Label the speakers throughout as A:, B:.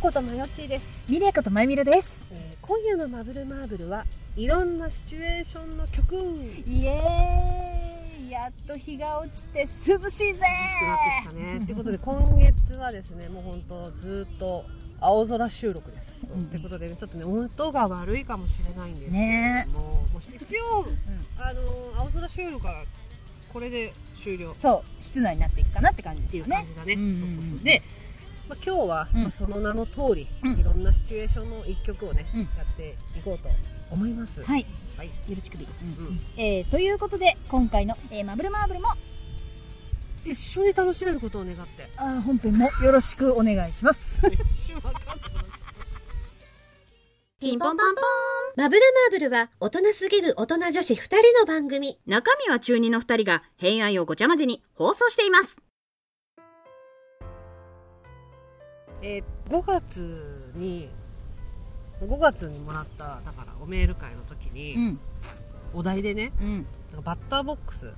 A: ことまよっちです、
B: ミレイことまゆみるです。
A: えー今夜のマブルマーブルはいろんなシチュエーションの曲涼し
B: イエーイやっと日が落ちて涼しいぜ
A: くなってきた ねということで今月はですねもう本当ずっと青空収録ですと、
B: うん
A: いうことでねちょっとね音が悪いかもしれないんですけれども、
B: ね
A: もう一応あのー青空収録はこれで終了
B: そう、室内になっていくかなって感じ
A: っていう
B: ですよ
A: 感
B: ね。
A: じだね。
B: うん
A: そうそうそうで、まあ、今日は、
B: うん
A: まあその名の通り、
B: うん
A: いろんなシチュエーションの一曲をね、
B: うん
A: やっていこうと思います。い。
B: はい、
A: はい。
B: よろしくで、
A: うん
B: えーということで、今回の、えーマブルマーブルも、
A: 一緒に楽しめることを願っ て。
B: あー本編もよろしくお願いし ます。
C: ピンポンパンポンマブルマーブルは大人すぎる大人女子2人の番組。
D: 中身は中二の二人が偏愛をごちゃ混ぜに放送しています
A: えー、5月に5月にもらっただからおメール会の時に、
B: ん、
A: お題でね、
B: うん、
A: なんかバッターボックス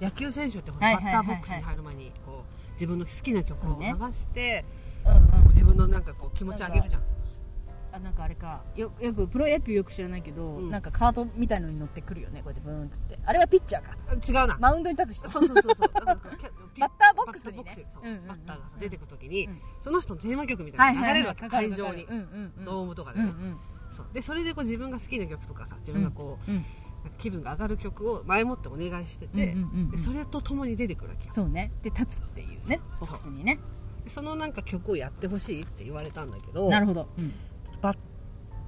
A: 野球選手ってほ
B: は
A: ら
B: い
A: バ
B: は
A: ッ
B: いは
A: タ
B: いはい
A: ーボックスに入る前にこう自分の好きな曲を流して、
B: うん、
A: こう自分のなんかこう気持ち上げるじゃん。
B: あ、なんかあれか、よ、よくプロ野球よく知らないけど、
A: うん
B: なんかカートみたいのに乗ってくるよね、こうやってブーンっつって。あれはピッチャーか。
A: あ違うな。
B: マウンドに立つ人。
A: そうそうそうそう。バッ
B: バッターボックスにね
A: バッターボックスそう
B: うんうんうん
A: バッターがさ出てくるときに、
B: うん
A: その人のテーマ曲みた
B: はいい
A: な
B: は
A: のが流れ
B: いはい
A: るわけ、
B: かる
A: 会場
B: わかる
A: に、
B: うんうんうん、
A: ドームとかで
B: うんう
A: ね、
B: ん
A: そうでそれでこう自分が好きな曲とかさ自分がこう、
B: うんうん
A: なんか気分が上がる曲を前もってお願いしてて、
B: うんうんうんうん
A: でそれとともに出てくるわけよ
B: そうねで立つっていうねボックスにね
A: でそのなんか曲をやってほしいって言われたんだけど
B: なるほど、うん
A: バッ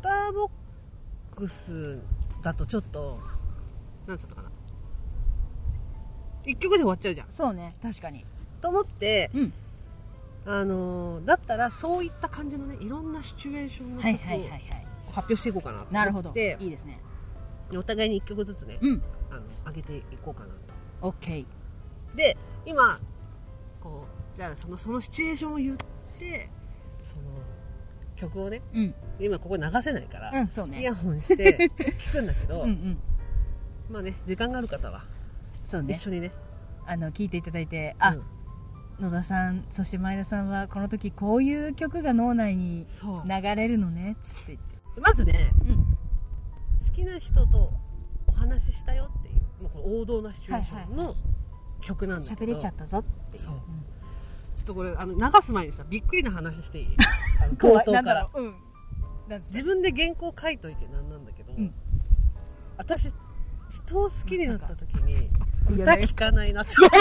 A: ターボックスだとちょっとなんつうのかな一曲で終わっちゃうじゃん
B: そうね確かに
A: と思って、
B: うん
A: あのーだったらそういった感じのねいろんなシチュエーションの曲
B: はい
A: を
B: はいはいは
A: 発
B: い
A: 表していこうかなと
B: なる
A: 思
B: ほ
A: っ
B: ど
A: て
B: いいですね
A: お互いに1曲ずつね、
B: うん
A: あの上げていこうかなと
B: OK
A: で今こうじゃあそのそのシチュエーションを言ってその曲をね
B: うん
A: 今ここ流せないから、
B: うんそう
A: イ
B: ね
A: ヤホン して聞くんだけど、
B: うんうん
A: まあね時間がある方は
B: そうね
A: 一緒にね
B: あの聞いていただいてあ、
A: うん
B: 野田さんそして前田さんはこの時こういう曲が脳内に
A: そう
B: 流れるのねつって言って
A: まずね、
B: うん
A: 好きな人とお話ししたよっていうもうこの王道なシチュエーションの曲なんだけど、
B: 喋れちゃったぞっていう
A: そう
B: うん
A: ちょっとこれあの流す前にさびっくりな話してい いあの
B: 怖
A: 冒
B: い
A: 頭
B: な
A: か
B: んだ
A: ら
B: ろううんなんつって
A: 自分で原稿書いといてなんなんだけど、
B: うん
A: 私人を好きになった時に
B: まさ
A: 歌
B: か
A: 聞かないなって思 って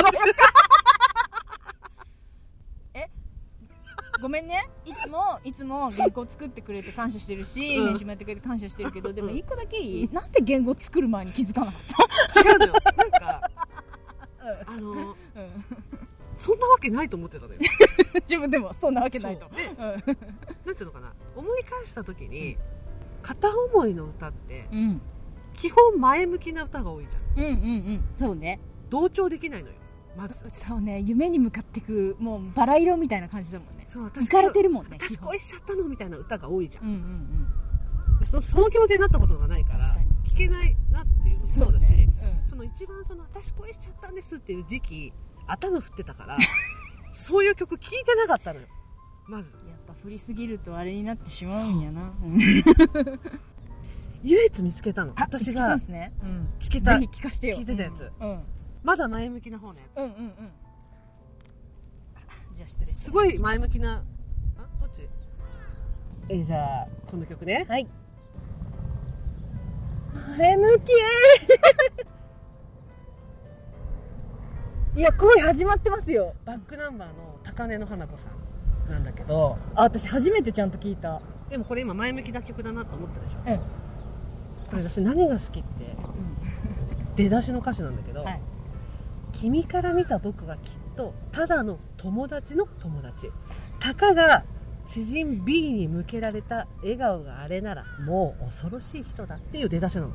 B: ごめんねいつもいつも原稿作ってくれて感謝してるし、
A: うん
B: 練習もやってくれて感謝してるけどでも一個だけいいなんで言語作る前に気づかなかっ
A: 違うのよなんか
B: た、
A: あの
B: うん、
A: そんなわけないと思ってたのよ
B: 自分でもそんなわけ ないと
A: そ
B: うん
A: なんていうのかな思い返した時に、片思いの歌って
B: うん
A: 基本前向きな歌が多いじゃん
B: うんうんうんそうね
A: 同調できないのよまず
B: そうね夢に向かってくもうバラ色みたいな感じだもんね
A: そう
B: 浮
A: 私
B: かれてるもんね
A: 私恋しちゃったのみたいな歌が多いじゃん
B: うんうんうん
A: そのその気持ちになったことがないから
B: 確かに
A: 聞けないなっていうのもそうだしそ,、
B: ね
A: の一番その私恋しちゃったんですっていう時期頭振ってた からそういう曲聞いてなかったのよまず
B: うんやっぱ振りすぎるとあれになってしまうんやな
A: 唯一見つけたの
B: あ
A: 私
B: 聞けた
A: が
B: んですね、うん、
A: 聞けた
B: ぜひ聞かせてよ
A: 聞いてたやつ
B: うん、うん
A: まだ前向きな方のや
B: うんうんうんあじゃあ失礼しま
A: つ
B: す
A: すごい前向きなあどっちえーじゃあこの曲ね
B: はい前向きいや恋始まってますよ
A: バックナンバーの高根の花子さんなんだけど
B: あ私初めてちゃんと聞いた
A: でもこれ今前向きな曲だなと思ったでしょ、
B: ええ
A: これ私何が好きって、出だしの歌詞なんだけど、
B: はい
A: 君から見た僕はきっとただの友達の友達たかが知人 B に向けられた笑顔があれならもう恐ろしい人だっていう出だしなの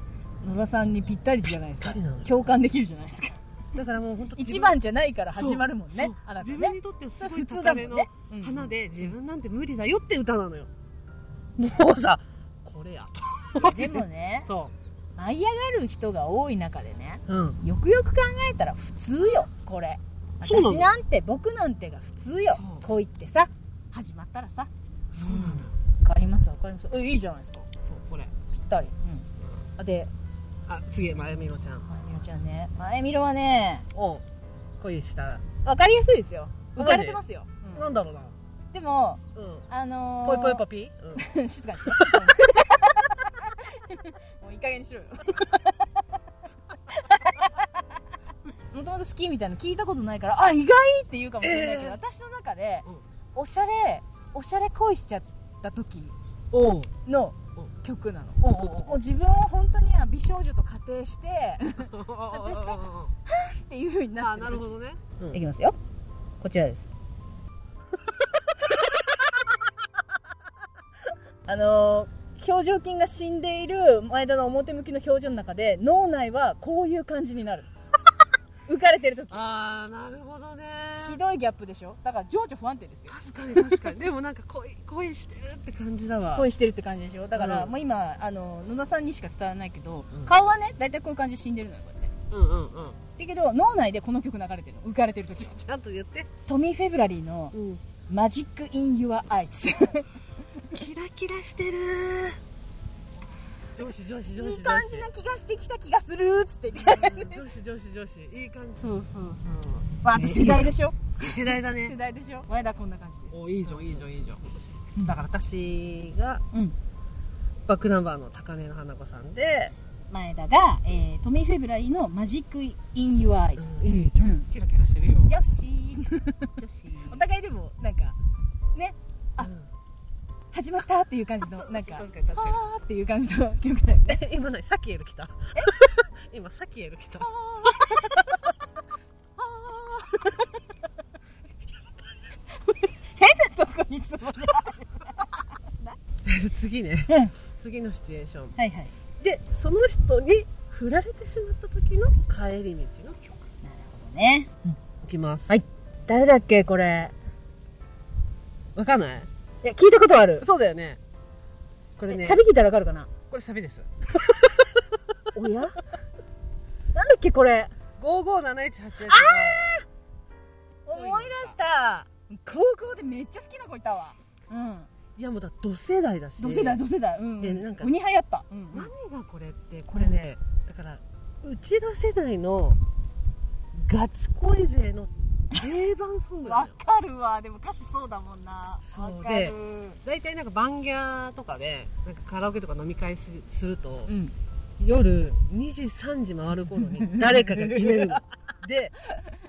B: 野田さんにぴったりじゃないです
A: ぴっ
B: か
A: たりなの
B: 共感できるじゃない ですか
A: だからもう本当
B: 一番じゃないから始まるもんねあなた
A: 自分
B: ね
A: にとってはす
B: それ
A: ごい
B: 普通だも
A: 高
B: ん
A: 根の
B: ね
A: 花
B: で
A: で自分なんて無理だよって歌なのよもうさこれやと
B: でもね
A: そ
B: 舞い上がる人が多い中でね
A: ううん
B: よくよく考えたら普通よこれ
A: そうなの
B: 私なんて僕なんてが普通よ
A: そう
B: 恋ってさ始まったらさ
A: そうなんだ
B: わかりますわかりますえいいじゃないですか
A: そうこれ
B: ぴったり、うん、で
A: あ次まゆみろちゃん
B: まゆみろちゃんねまゆみろはね
A: を恋した
B: わかりやすいですよ
A: マ
B: 浮
A: ジ
B: かれてますよ、うん
A: なんだろうな
B: でも
A: うん
B: あのー、
A: ぽいぽいパピー、うん、
B: 静かにもういい加減にしろよもともと好きみたいなの聞いたことないからあ意外って言うかもしれないけど、
A: えー
B: 私の中で、
A: うん
B: おしゃれおしゃれ恋しちゃった時
A: おう
B: の
A: うん
B: 曲なの、
A: おうお
B: もう自分を本当には美少女と仮定して
A: おうおうおう
B: 私だ
A: おう
B: っていう風にな
A: あ
B: って
A: なるほどね、うん
B: いきますよこちらです あのー表情筋が死んでいる前田の表向きの表情の中で脳内はこういう感じ になる浮かれてる時
A: ああなるほどね
B: ひどいギャップでしょだから情緒不安定ですよ
A: 確かに確かに でもなんか恋恋してるって感じだわ
B: 恋してるって感じでしょだから、
A: うん
B: もう今あの野田さんにしか伝わらないけど、
A: うん
B: 顔はね大体こういう感じで死んでるのよこれね
A: うんうんうん
B: だけど脳内でこの曲流れてるの浮かれてる時
A: ちゃんと言って、
B: トミー・フェブラリーの「マジック・イン・ユア・アイズ」
A: キラキラしてる上司上司上司上司
B: いい感じな気がしてきた気がするっつって言って
A: うん上司上司上司いい感じそうそう
B: まあ世代でしょ
A: そう世代だ
B: 世
A: ね
B: 代でしょ前田こんな感じです
A: おいいじゃんいいじゃんいいじゃん、
B: うん
A: だから私が、
B: うん
A: バックナンバーの高嶺の花子さんで
B: 前田が、えートミー・フェブラリーの「マジック・イン・ユア・アイズ」
A: うんいいじゃ
B: うん
A: キラキラしてるよ
B: 女 子お互いでもなんかあ
A: うん
B: 始まったっていう感じ のなんか
A: 確かに確かに
B: はーっていう感じの 曲だよね
A: え今何サキエル来た 今サキエル来た
B: どこにつもり
A: 次ね
B: うん
A: 次のシチュエーション
B: はいはい
A: でその人に振られてしまった時の帰り道の曲
B: なるほどね
A: いきます
B: はい誰だっけこれ
A: わかんない
B: いや聞いたことある
A: そうだよねこれね
B: ビ聞いたらわかるかな
A: これサビです
B: おやなんだっけこれ
A: 557188が
B: 思い出した高校でめっちゃ好きな子いたわうん
A: いやもうだ同世代だし
B: 同世代同世代うん
A: でなんか
B: 鬼派やったうん
A: 何がこれってこれね、だからうちら世代のガチ恋勢の定番ソングなの
B: わ
A: よ
B: かるわでも歌詞そうだもんな
A: そう
B: わかる
A: で大体なんかバンギャーとかでなんかカラオケとか飲み会すすると、
B: うん
A: 夜2時3時回る頃に 誰かが決めるので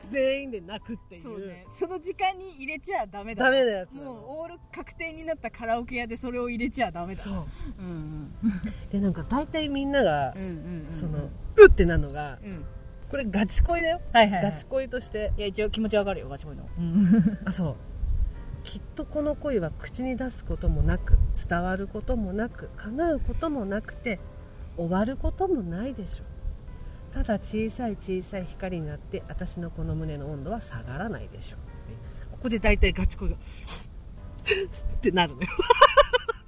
A: 全員で泣くっていう
B: そうねその時間に入れちゃダメだ
A: ダメなやつなの
B: もうオール確定になったカラオケ屋でそれを入れちゃダメだ
A: そううんでなんか大体みんなが
B: うんう、んうん
A: そのうってなのが
B: うん
A: これガチ恋だよ、
B: はいはいは
A: ガチ
B: い
A: 恋として
B: いや一応気持ちわかるよガチ恋の
A: あそうきっとこの恋は口に出すこともなく伝わることもなく叶うこともなくて終わることもないでしょうただ小さい小さい光になって私のこの胸の温度は下がらないでしょうここで大体ガチ恋がってなるのよ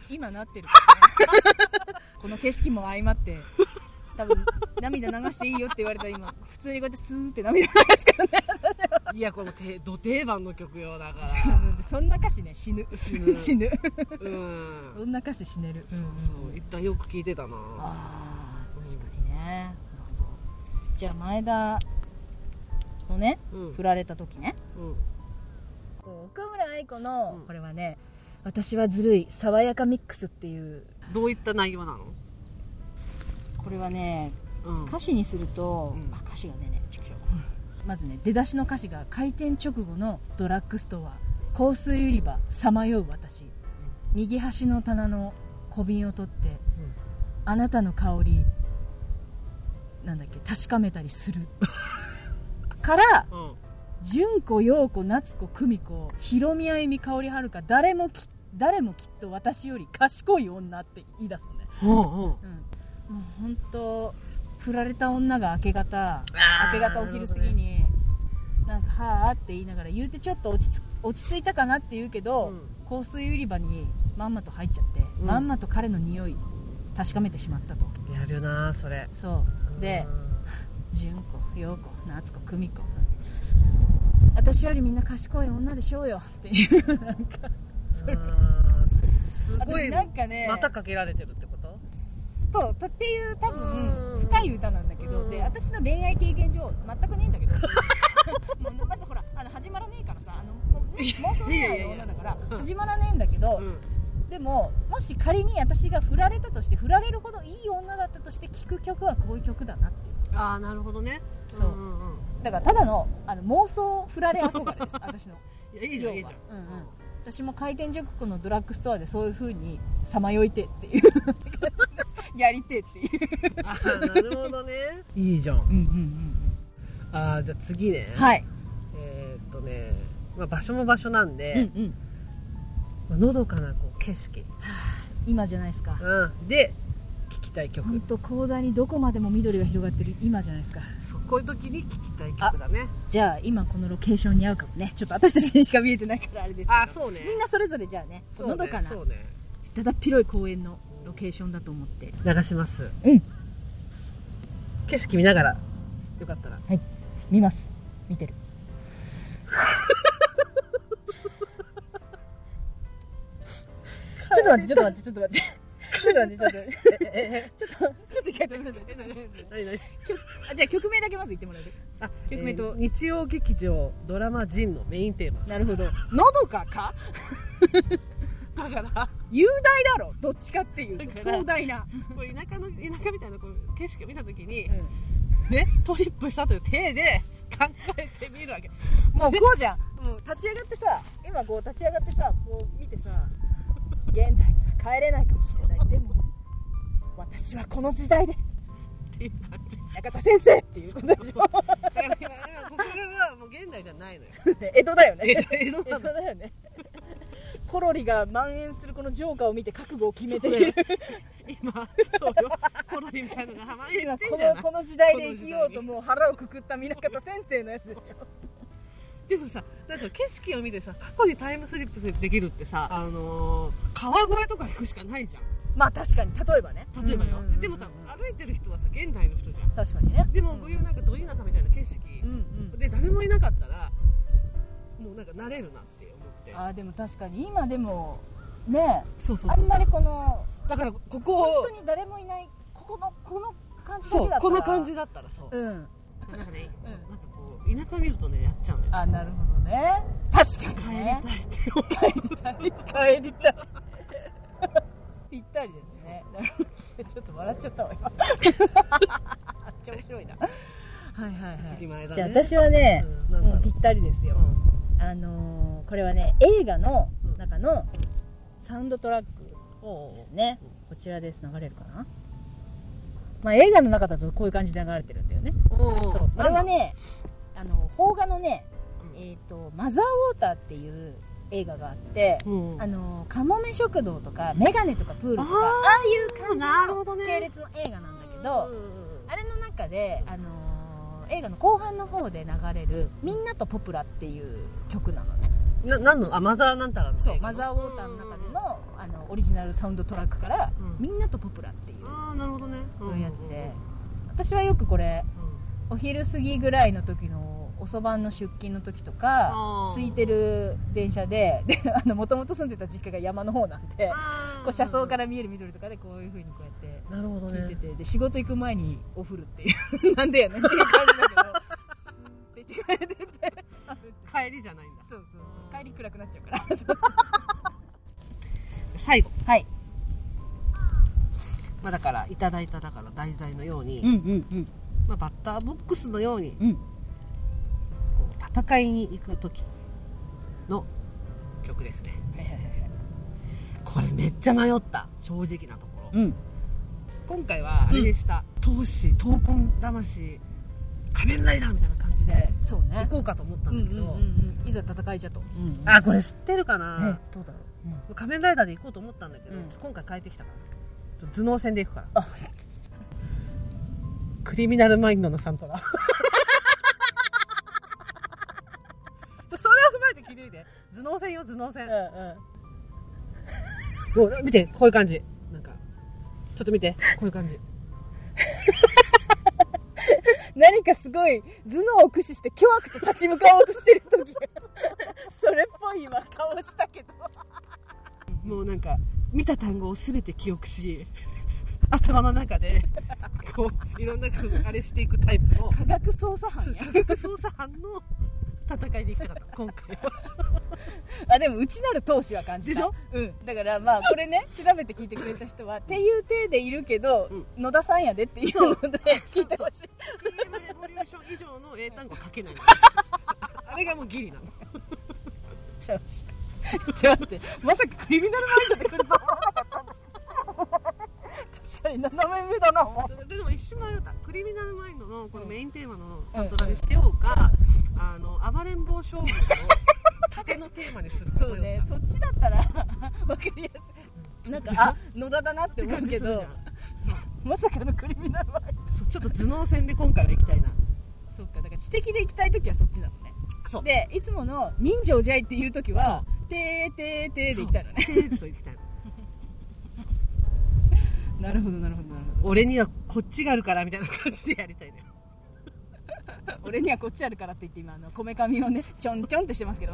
B: 今なってるからねこの景色も相まって多分涙流していいよって言われたら今普通にこうやってスーって涙流すからね
A: いやこのてど定番の曲よだか
B: そんな歌詞ね死ぬ
A: 死ぬ
B: 死ぬ
A: らうん
B: そんな歌詞死ねる
A: 一旦よく聞いてたな
B: あー確かにねじゃあ前田のね
A: うん
B: 振られた時ね
A: うん
B: 奥村愛子の、
A: うん
B: これはね私はずるい爽やかミックスっていう
A: どういった内容なの、
B: これはね
A: うん
B: 歌詞にすると、
A: うん
B: あ歌詞がねねちくしょうまずね出だしの歌詞が開店直後のドラッグストア香水売り場さまよう私右端の棚の小瓶を取って、あなたの香りなんだっけ確かめたりするから
A: うん
B: 純子陽子夏子久美子ひろみあゆみ香りはるか誰もき誰もきっと私より賢い女って言い出すのね
A: うんうん
B: うん、もう本当振られた女が明け方明け方お昼過ぎになんか「はあ」って言いながら言うてちょっと落ち着落ち着いたかなって言うけど、香水売り場にまんまと入っちゃって、
A: うん
B: まんまと彼の匂い確かめてしまったと
A: やるなあそれ
B: そうで純子陽子夏子久美子私よりみんな賢い女でしょうよっていうなんか
A: うんあーすすご
B: 私
A: い
B: なんかね
A: またかけられてるってこと
B: そうとっていう多
A: うん
B: 分深い歌なんだけ
A: う
B: ど
A: ん
B: で私の恋愛経験上全くねえん だけどもうまずほらあの始まらねえからさあのもうね妄想恋愛の女だから
A: うん
B: 始まらねえんだけど、
A: うん
B: でももし仮に私が振られたとして振られるほどいい女だったとして聴く曲はこういう曲だなっていう
A: ああなるほどね
B: そうん
A: んん
B: だからただのあの妄想振られ憧 れです私の
A: いやいいじゃんいいじゃん
B: 要はうんうん私も回転塾のドラッグストアでそういう風にさまよいてっていう やりてっていう
A: あーなるほどねいいじゃん
B: うんうんうん
A: あーじゃあ次ね
B: はい、
A: えーっとね、まあ、場所も場所なんで、
B: うんうん
A: まあのどかなこう景色、
B: 今じゃないですか
A: うん、で聴きたい曲
B: 本当広大にどこまでも緑が広がってる今じゃないですか
A: そうこういう時に聴きたい曲だね
B: じゃあ今このロケーションに合うかもねちょっと私たちにしか見えてないからあれですけど
A: あーそうね
B: みんなそれぞれじゃあね
A: そうね
B: のどかな
A: そうね
B: だだっ広い公園のロケーションだと思って
A: 流します
B: うん
A: 景色見ながらよかったら
B: 見ます見てるちょっと待ってちょっと待ってちょっと待ってちょっと待ってちょっと待って
A: え
B: ちょっとちょっと一回止めてください
A: 何何
B: 曲あ じゃあ曲名だけまず言ってもらえる
A: あ
B: 曲名と
A: えー日曜劇場ドラマ「ジン」のメインテーマ
B: なるほどのどかか
A: だから
B: 雄大だろどっちかっていうと
A: だから
B: 壮大な、
A: こう田舎の田舎みたいなこう景色を見た時に、
B: うん
A: ねトリップしたという体で考えてみるわけ
B: もうこうじゃんもう立ち上がってさ今こう立ち上がってさこう見てさ現代帰れないかもしれないでも私はこの時代で
A: っていう感じ
B: 中田先生っていうことでしょ
A: だから今今ここはもう現代じゃないのよ
B: 江戸だよね
A: 江戸
B: 江
A: な
B: 戸
A: の
B: だよねコロリが蔓延するこのジョーカーを見て覚悟を決めている
A: 今そうよコロリみたいなのが浜に
B: 今
A: して
B: こ
A: んじゃ
B: の
A: ない
B: この時代で生きようともう腹をくくった南方先生のやつでしょ
A: でもさなんか景色を見てさ過去にタイムスリップできるってさあのー川越とか行くしかないじゃん
B: まあ確かに例えばね
A: 例えばよ、
B: うんうんうんうん
A: でもさ歩いてる人はさ現代の人じゃん
B: 確かにね
A: でもこういうなんかど田舎みたいな景色、
B: うんうん
A: で誰もいなかったらもうなんか慣れるなって思って
B: あーでも確かに今でもね
A: そうそう
B: あんまりこの
A: だからこ
B: 本
A: こ
B: 当に誰もいないここのこの感じだ
A: そう
B: けだったら
A: この感じだったらそう、
B: うん
A: なんかね、
B: うん
A: なんかこう田舎見るとねやっちゃうのよ
B: あなるほどね確か
A: 帰
B: に
A: り
B: ね
A: たいって思う
B: 帰りたい ぴったりですねなるほどちょっと笑っちゃったわ今
A: 面白 いな
B: はいはいは
A: 次前だね
B: じゃあ私はね、
A: うんなんだろ
B: も
A: う
B: うぴったりですよ、あのーこれはね映画の中のサウンドトラックですねこちらです流れるかなまあ映画の中だとこういう感じで流れてるんだよね
A: おうおう
B: そうこれはねあの邦画のね、えーと「マザーウォーター」っていう映画があって、
A: うん
B: あのカモメ食堂とかメガネとかプールとか
A: あー
B: ああいう
A: なる
B: 感
A: ほど
B: じ
A: ね
B: の系列の映画なんだけ
A: う
B: ど
A: んうんうん
B: あれの中で、あのー映画の後半の方で流れる「みんなとポプラ」っていう曲なのね
A: ななんのあマザーなんたらの
B: そう
A: 映画
B: マ
A: の
B: ザーウォーターの中でのあのオリジナルサウンドトラックから
A: う
B: 「
A: ん
B: みんなとポプラ」っていう
A: ああなるほどね
B: こういうやつで私はよくこれ
A: うんうんうん
B: お昼過ぎぐらいの時の遅番の出勤の時と
A: あ
B: か
A: ー
B: 空いてる電車でもともと住んでた実家が山の方なんで
A: あー
B: こう車窓から見える緑とかでこういう風にこうやって
A: なるほど
B: 聞いて
A: ね
B: て、で仕事行く前におふるっていう なんでやねんっていう感じだけどスーって言ってくれてて
A: 帰りじゃないんだ
B: そうそう
A: う
B: そう帰り暗くなっちゃうからそう
A: 最後
B: はい
A: まあだからいただいただから題材のように、
B: んうん
A: まあ、バッターボックスのように
B: うんうん
A: こう戦いに行く時の曲ですね
B: はいはいはいはい
A: これめっちゃ迷った正直なところ
B: うん
A: 今回はあれでした、闘志闘魂魂仮面ライダーみたいな感じで
B: そう
A: 行
B: ね
A: こうかと思った
B: うん
A: ん
B: う
A: だけ
B: んう
A: ど、
B: んうんいざ戦いじゃと、うん
A: あこれ知ってるかな、
B: どうだろう、
A: 仮面ライダーで行こうと思ったんだけど、
B: うん
A: 今回変えてきたから頭脳戦で行くからクリミナルマインドのサン トラちょそれを踏まえて聞いてみて頭脳戦よ頭脳戦、もう見てこういう感じなんかちょっと見てこういう感じ
B: 何かすごい頭脳を駆使して巨悪と立ち向かおうとしてる 時がそれっぽい今顔したけど
A: もうなんか見た単語を全て記憶し 頭の中でこういろんなこうあれしていくタイプ の
B: 科学捜査班や
A: 科学捜査班の戦いでいきたかった今 回は
B: あでもうちなる闘志は感じた
A: でしょ
B: うんだからまあこれね調べて聞いてくれた人はっていう体でいるけど、
A: うん
B: 野田さんやでっていうので聞いてほしい
A: PM レボリューション以上の英単語書けないのあれがもうギリなの
B: ちょっと待ってまさかクリミナルマインドで来るとは思わなかったんだ確かに斜め目だなもう
A: でも一瞬迷ったクリミナルマインドのこのメインテーマの
B: うん
A: ドラにしようか、あの暴れん坊将軍を縦のテーマにするか
B: そうねそっちだったら わかりやすいなんかあ野田だなって思うけどまさかのクリミナルマインド
A: そうちょっと頭脳戦で今回は行きたいな
B: そうかだから知的で行きたい時はそっちなのね
A: そう
B: でいつもの人情じゃいっていう時はてーてーてーで行きたいのね
A: そうそう行きたいの
B: なるほどなるほどなる
A: 俺にはこっちがあるからみたいな感じでやりたいね
B: ほど俺にはこっちあるからって言って今あのこめかみをねちょんちょんってしてますけど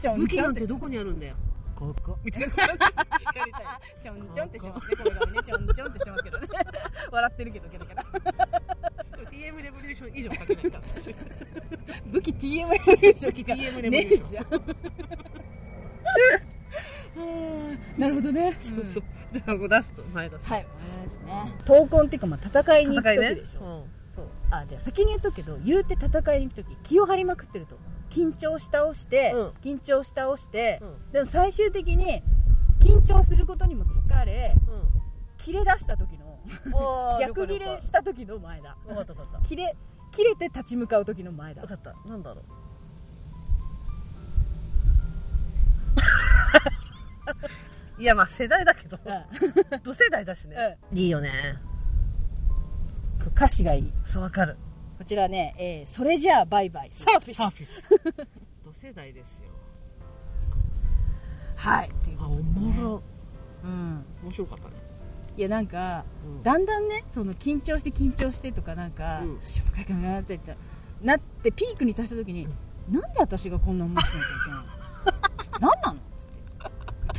B: ちょ
A: 武
B: ん
A: 器
B: ちょ
A: なんん
B: って
A: てどこにあるんだよここみたいな感じでやりたい
B: ちょんちょんってしてますねこめかみねちょんちょんってしてますけどね笑ってるけどゲラゲラ
A: でも TM レボリューション以上書けないから私
B: 武器 TM レボリューション
A: 武器 TM レボリ
B: ね
A: ュ
B: え
A: ーシ
B: じゃんうんなるほどね、
A: そうそうじゃあもうラスト前田さん
B: はいですね闘魂っていうかまあ戦いに行く
A: 戦い
B: 時
A: ね
B: でしょ、
A: うん
B: そうあじゃあ先に言っとくけど言うて戦いに行く時気を張りまくってると緊張し倒して、
A: うん
B: 緊張し倒して、
A: うん
B: でも最終的に緊張することにも疲れ切れ出した時の
A: うん
B: 逆切れした時の前だ
A: 分かった分かった
B: 切れ切れて立ち向かう時の前だ
A: 分かったなん だろういやまあ世代だけど
B: うん、
A: 同世代だしね、いいよね
B: うん、歌詞がいい
A: そうわかる
B: こちらね、えーそれじゃあバイバイサーフィス
A: フィス同世代ですよ
B: はいっていう
A: あおもろ
B: うん
A: 面白かったね、
B: いやなんか
A: うん
B: だんだんねその緊張して緊張してとかなんか、
A: うん
B: しょうがないかなって言ったなってピークに達した時に、なんで私がこんな思いしなきゃいけないの何なのつっ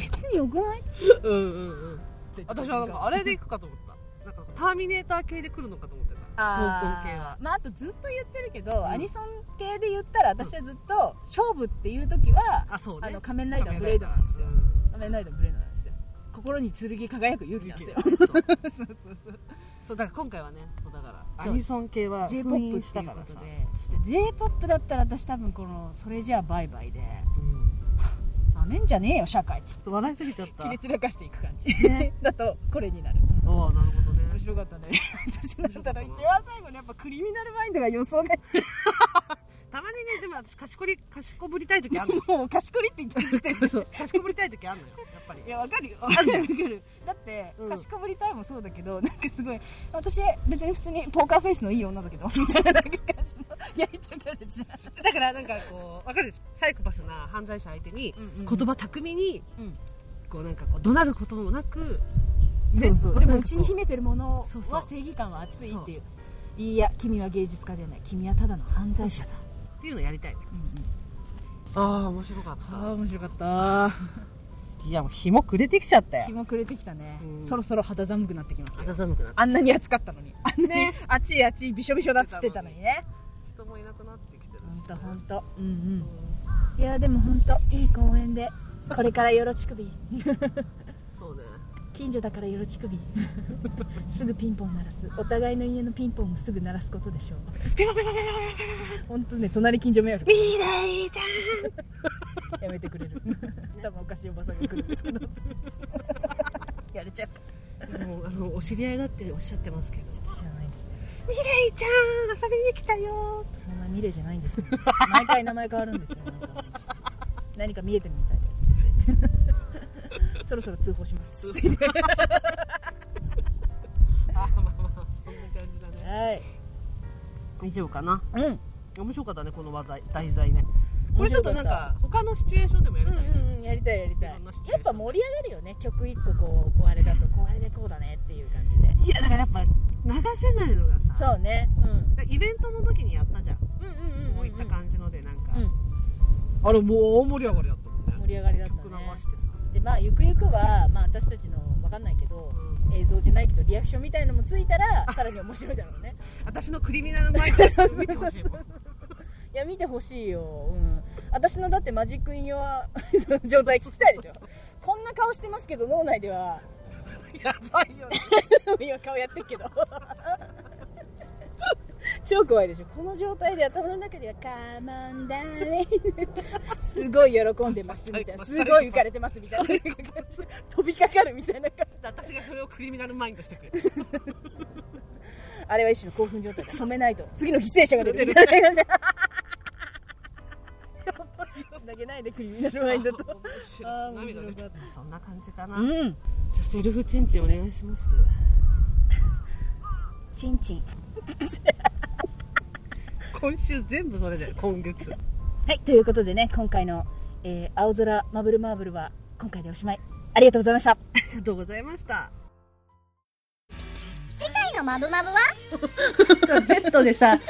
B: て別によくないつって
A: うんうんうん
B: 言った
A: 私はなんかあれで行くかと思ったなんかターミネーター系で来るのかと思ってた闘
B: あ
A: 魂系は
B: ーまああとずっと言ってるけど、アニソン系で言ったら私はずっと勝負っていう時は、
A: あそうね
B: あの仮面ライダーブレイドなんですよ仮面ライダーブレイドなんですよ心に剣輝く勇気なんですよ
A: うん そう
B: そうそうそう
A: そうだから今回はねそうだからア
B: そう
A: ニソン系は
B: j p
A: 封
B: o
A: 印
B: p
A: し
B: って
A: た
B: い
A: か
B: う
A: ら
B: こと
A: さ
B: で j p o p だったら私多分この「それじゃあバイバイ」で
A: うん
B: 「なめんじゃねえよ社会」っつ
A: ち
B: って
A: ょっと笑いすぎちゃった
B: 切り散らかしていく感じ、
A: ね
B: だとこれになる
A: ああなるほどね
B: 面白かったね 私だったら一番最後にやっぱクリミナルマインドが予想が
A: たまにねでも私賢り賢ぶりたい時あるの
B: もう賢りって言ってきて る
A: そう賢ぶりたい時あるのよやっぱり
B: いやわかるよわかるわかるだって、
A: うん
B: かしこぶりたいもそうだけどなんかすごい私別に普通にポーカーフェイスのいい女だけどみたいな感じのやりたがるじゃ
A: だからなんかこうわかるでしょサイコパスな犯罪者相手に
B: ん、う
A: 言
B: ん
A: 葉巧みに
B: うん
A: こうなんかこう怒鳴ることもなく
B: そうそうでもうちに秘
A: め
B: めてるもの
A: そうそ
B: は
A: う
B: 正義感は熱いっていういや君は芸術家ではない君はただの犯罪者だ、
A: っていうのやりたいね
B: うんうん
A: ああ面白かっ
B: ああ面白かった
A: いやもう日も暮れてきちゃったよ
B: 日も暮れてきたね、
A: うん
B: そろそろ肌寒くなってきますよ
A: 肌寒くなって
B: あんなに暑かったのに あんなに、
A: ね
B: 暑い暑いびしょびしょだっつってたのにね
A: 人もいなくなってきてる
B: ほんと
A: し
B: ほんとうんうんいやでもほんといい公園でこれからよろちくび
A: そうね
B: 近所だからよろちくび すぐピンポン鳴らすお互いの家のピンポンもすぐ鳴らすことでしょう
A: ピロピロピロピロ
B: 本当ね隣近所迷惑
A: いいねいいじゃん
B: やめてくれ る多分おかしいおばさんが来るんですけどやれちゃう
A: でもあのお知り合いだっておっしゃってます けど
B: 知らないですね
A: ミレイちゃん遊びに来たよ
B: 名前ミレじゃないんですね毎回名前変わるんですよなんか何か見えてるみたいで そろそろ通報しますはい
A: あまあまあそんな感じだね以上かな
B: うんうん
A: 面白かったねこの話題題材ねこ
B: 面
A: れちょ
B: 白
A: っと
B: かった
A: なんか他のシチュエーションでもやりたいね、
B: うんやりたいやりたい
A: いろんなシチュエーション
B: やっぱ盛り上がるよね曲一個こうこうあれだとこうあれでこうだねっていう感じで
A: いやだからやっぱ流せないのがさ
B: そうねうん
A: イベントの時にやったじゃんこ
B: うんうんうんうん
A: ういった感じのでなんか、
B: うん
A: あれもう大盛り上がりだったもん
B: 盛り上がりだったね
A: 曲流してさ
B: でまあゆくゆくは、まあ、私たちの分かんないけど映像じゃないけどリアクションみたいのもついたらさらに面白いだろうね
A: 私のクリミナルマインド見てほしいもん
B: いや見てほしいよ、うん、私のだってマジックインヨア その状態聞きたいでしょこんな顔してますけど脳内では
A: やばいよね
B: 今顔やってるけど 超怖いでしょこの状態で頭の中では「カモンダレイ」 すごい喜んでますみたいなすごい浮かれてますみたいな感じで飛びかかるみたいな感
A: 私がそれをクリミナルマインドしてくれ
B: じあれは一種の興奮状態だ染めないと次の犠牲者が出るみたいな感じで つなげないでクリミナルマインドとあー面白かっ
A: そんな感じかな、
B: うん
A: じゃあセルフチンチンお願いします
B: チンチン
A: 今週全部それだよ今月
B: はい、ということでね、今回の、えー青空マブルマーブルは今回でおしまい。ありがとうございました。
A: ありがとうございました
C: のマブマブは
E: ベッドでさ、起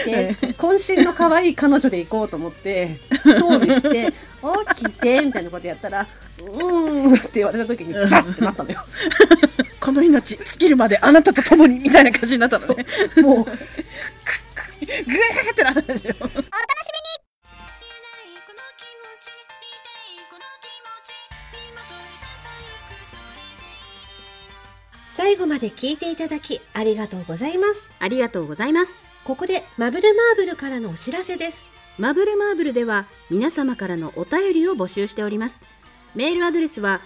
E: きて、渾身の可愛い彼女で行こうと思って、装備して、起きて、みたいなことやったら、うーんって言われた時に、ザッってなったのよ。
F: この命尽きるまであなたと共にみたいな感じになったのね
E: も
F: グー
E: う、
F: ってなったでしょ
C: 最後まで聞いていただきありがとうございます。
D: ありがとうございます。
C: ここでマブルマーブルからのお知らせです。
D: マブルマーブルでは皆様からのお便りを募集しております。メールアドレスは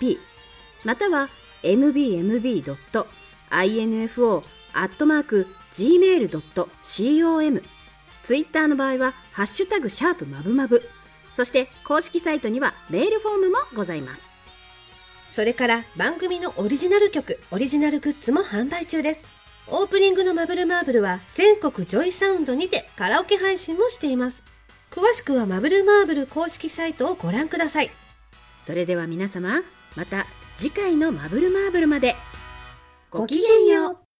D: mbmb-info-yahoo.co.jp または mbmb.info-gmail.com ツイッターの場合はハッシュタグシャープマブマブそして公式サイトにはメールフォームもございます。
C: それから番組のオリジナル曲、オリジナルグッズも販売中です。オープニングのマブルマーブルは全国ジョイサウンドにてカラオケ配信もしています。詳しくはマブルマーブル公式サイトをご覧ください。
D: それでは皆様また次回の「マブルマーブル」まで
C: ごきげんよう。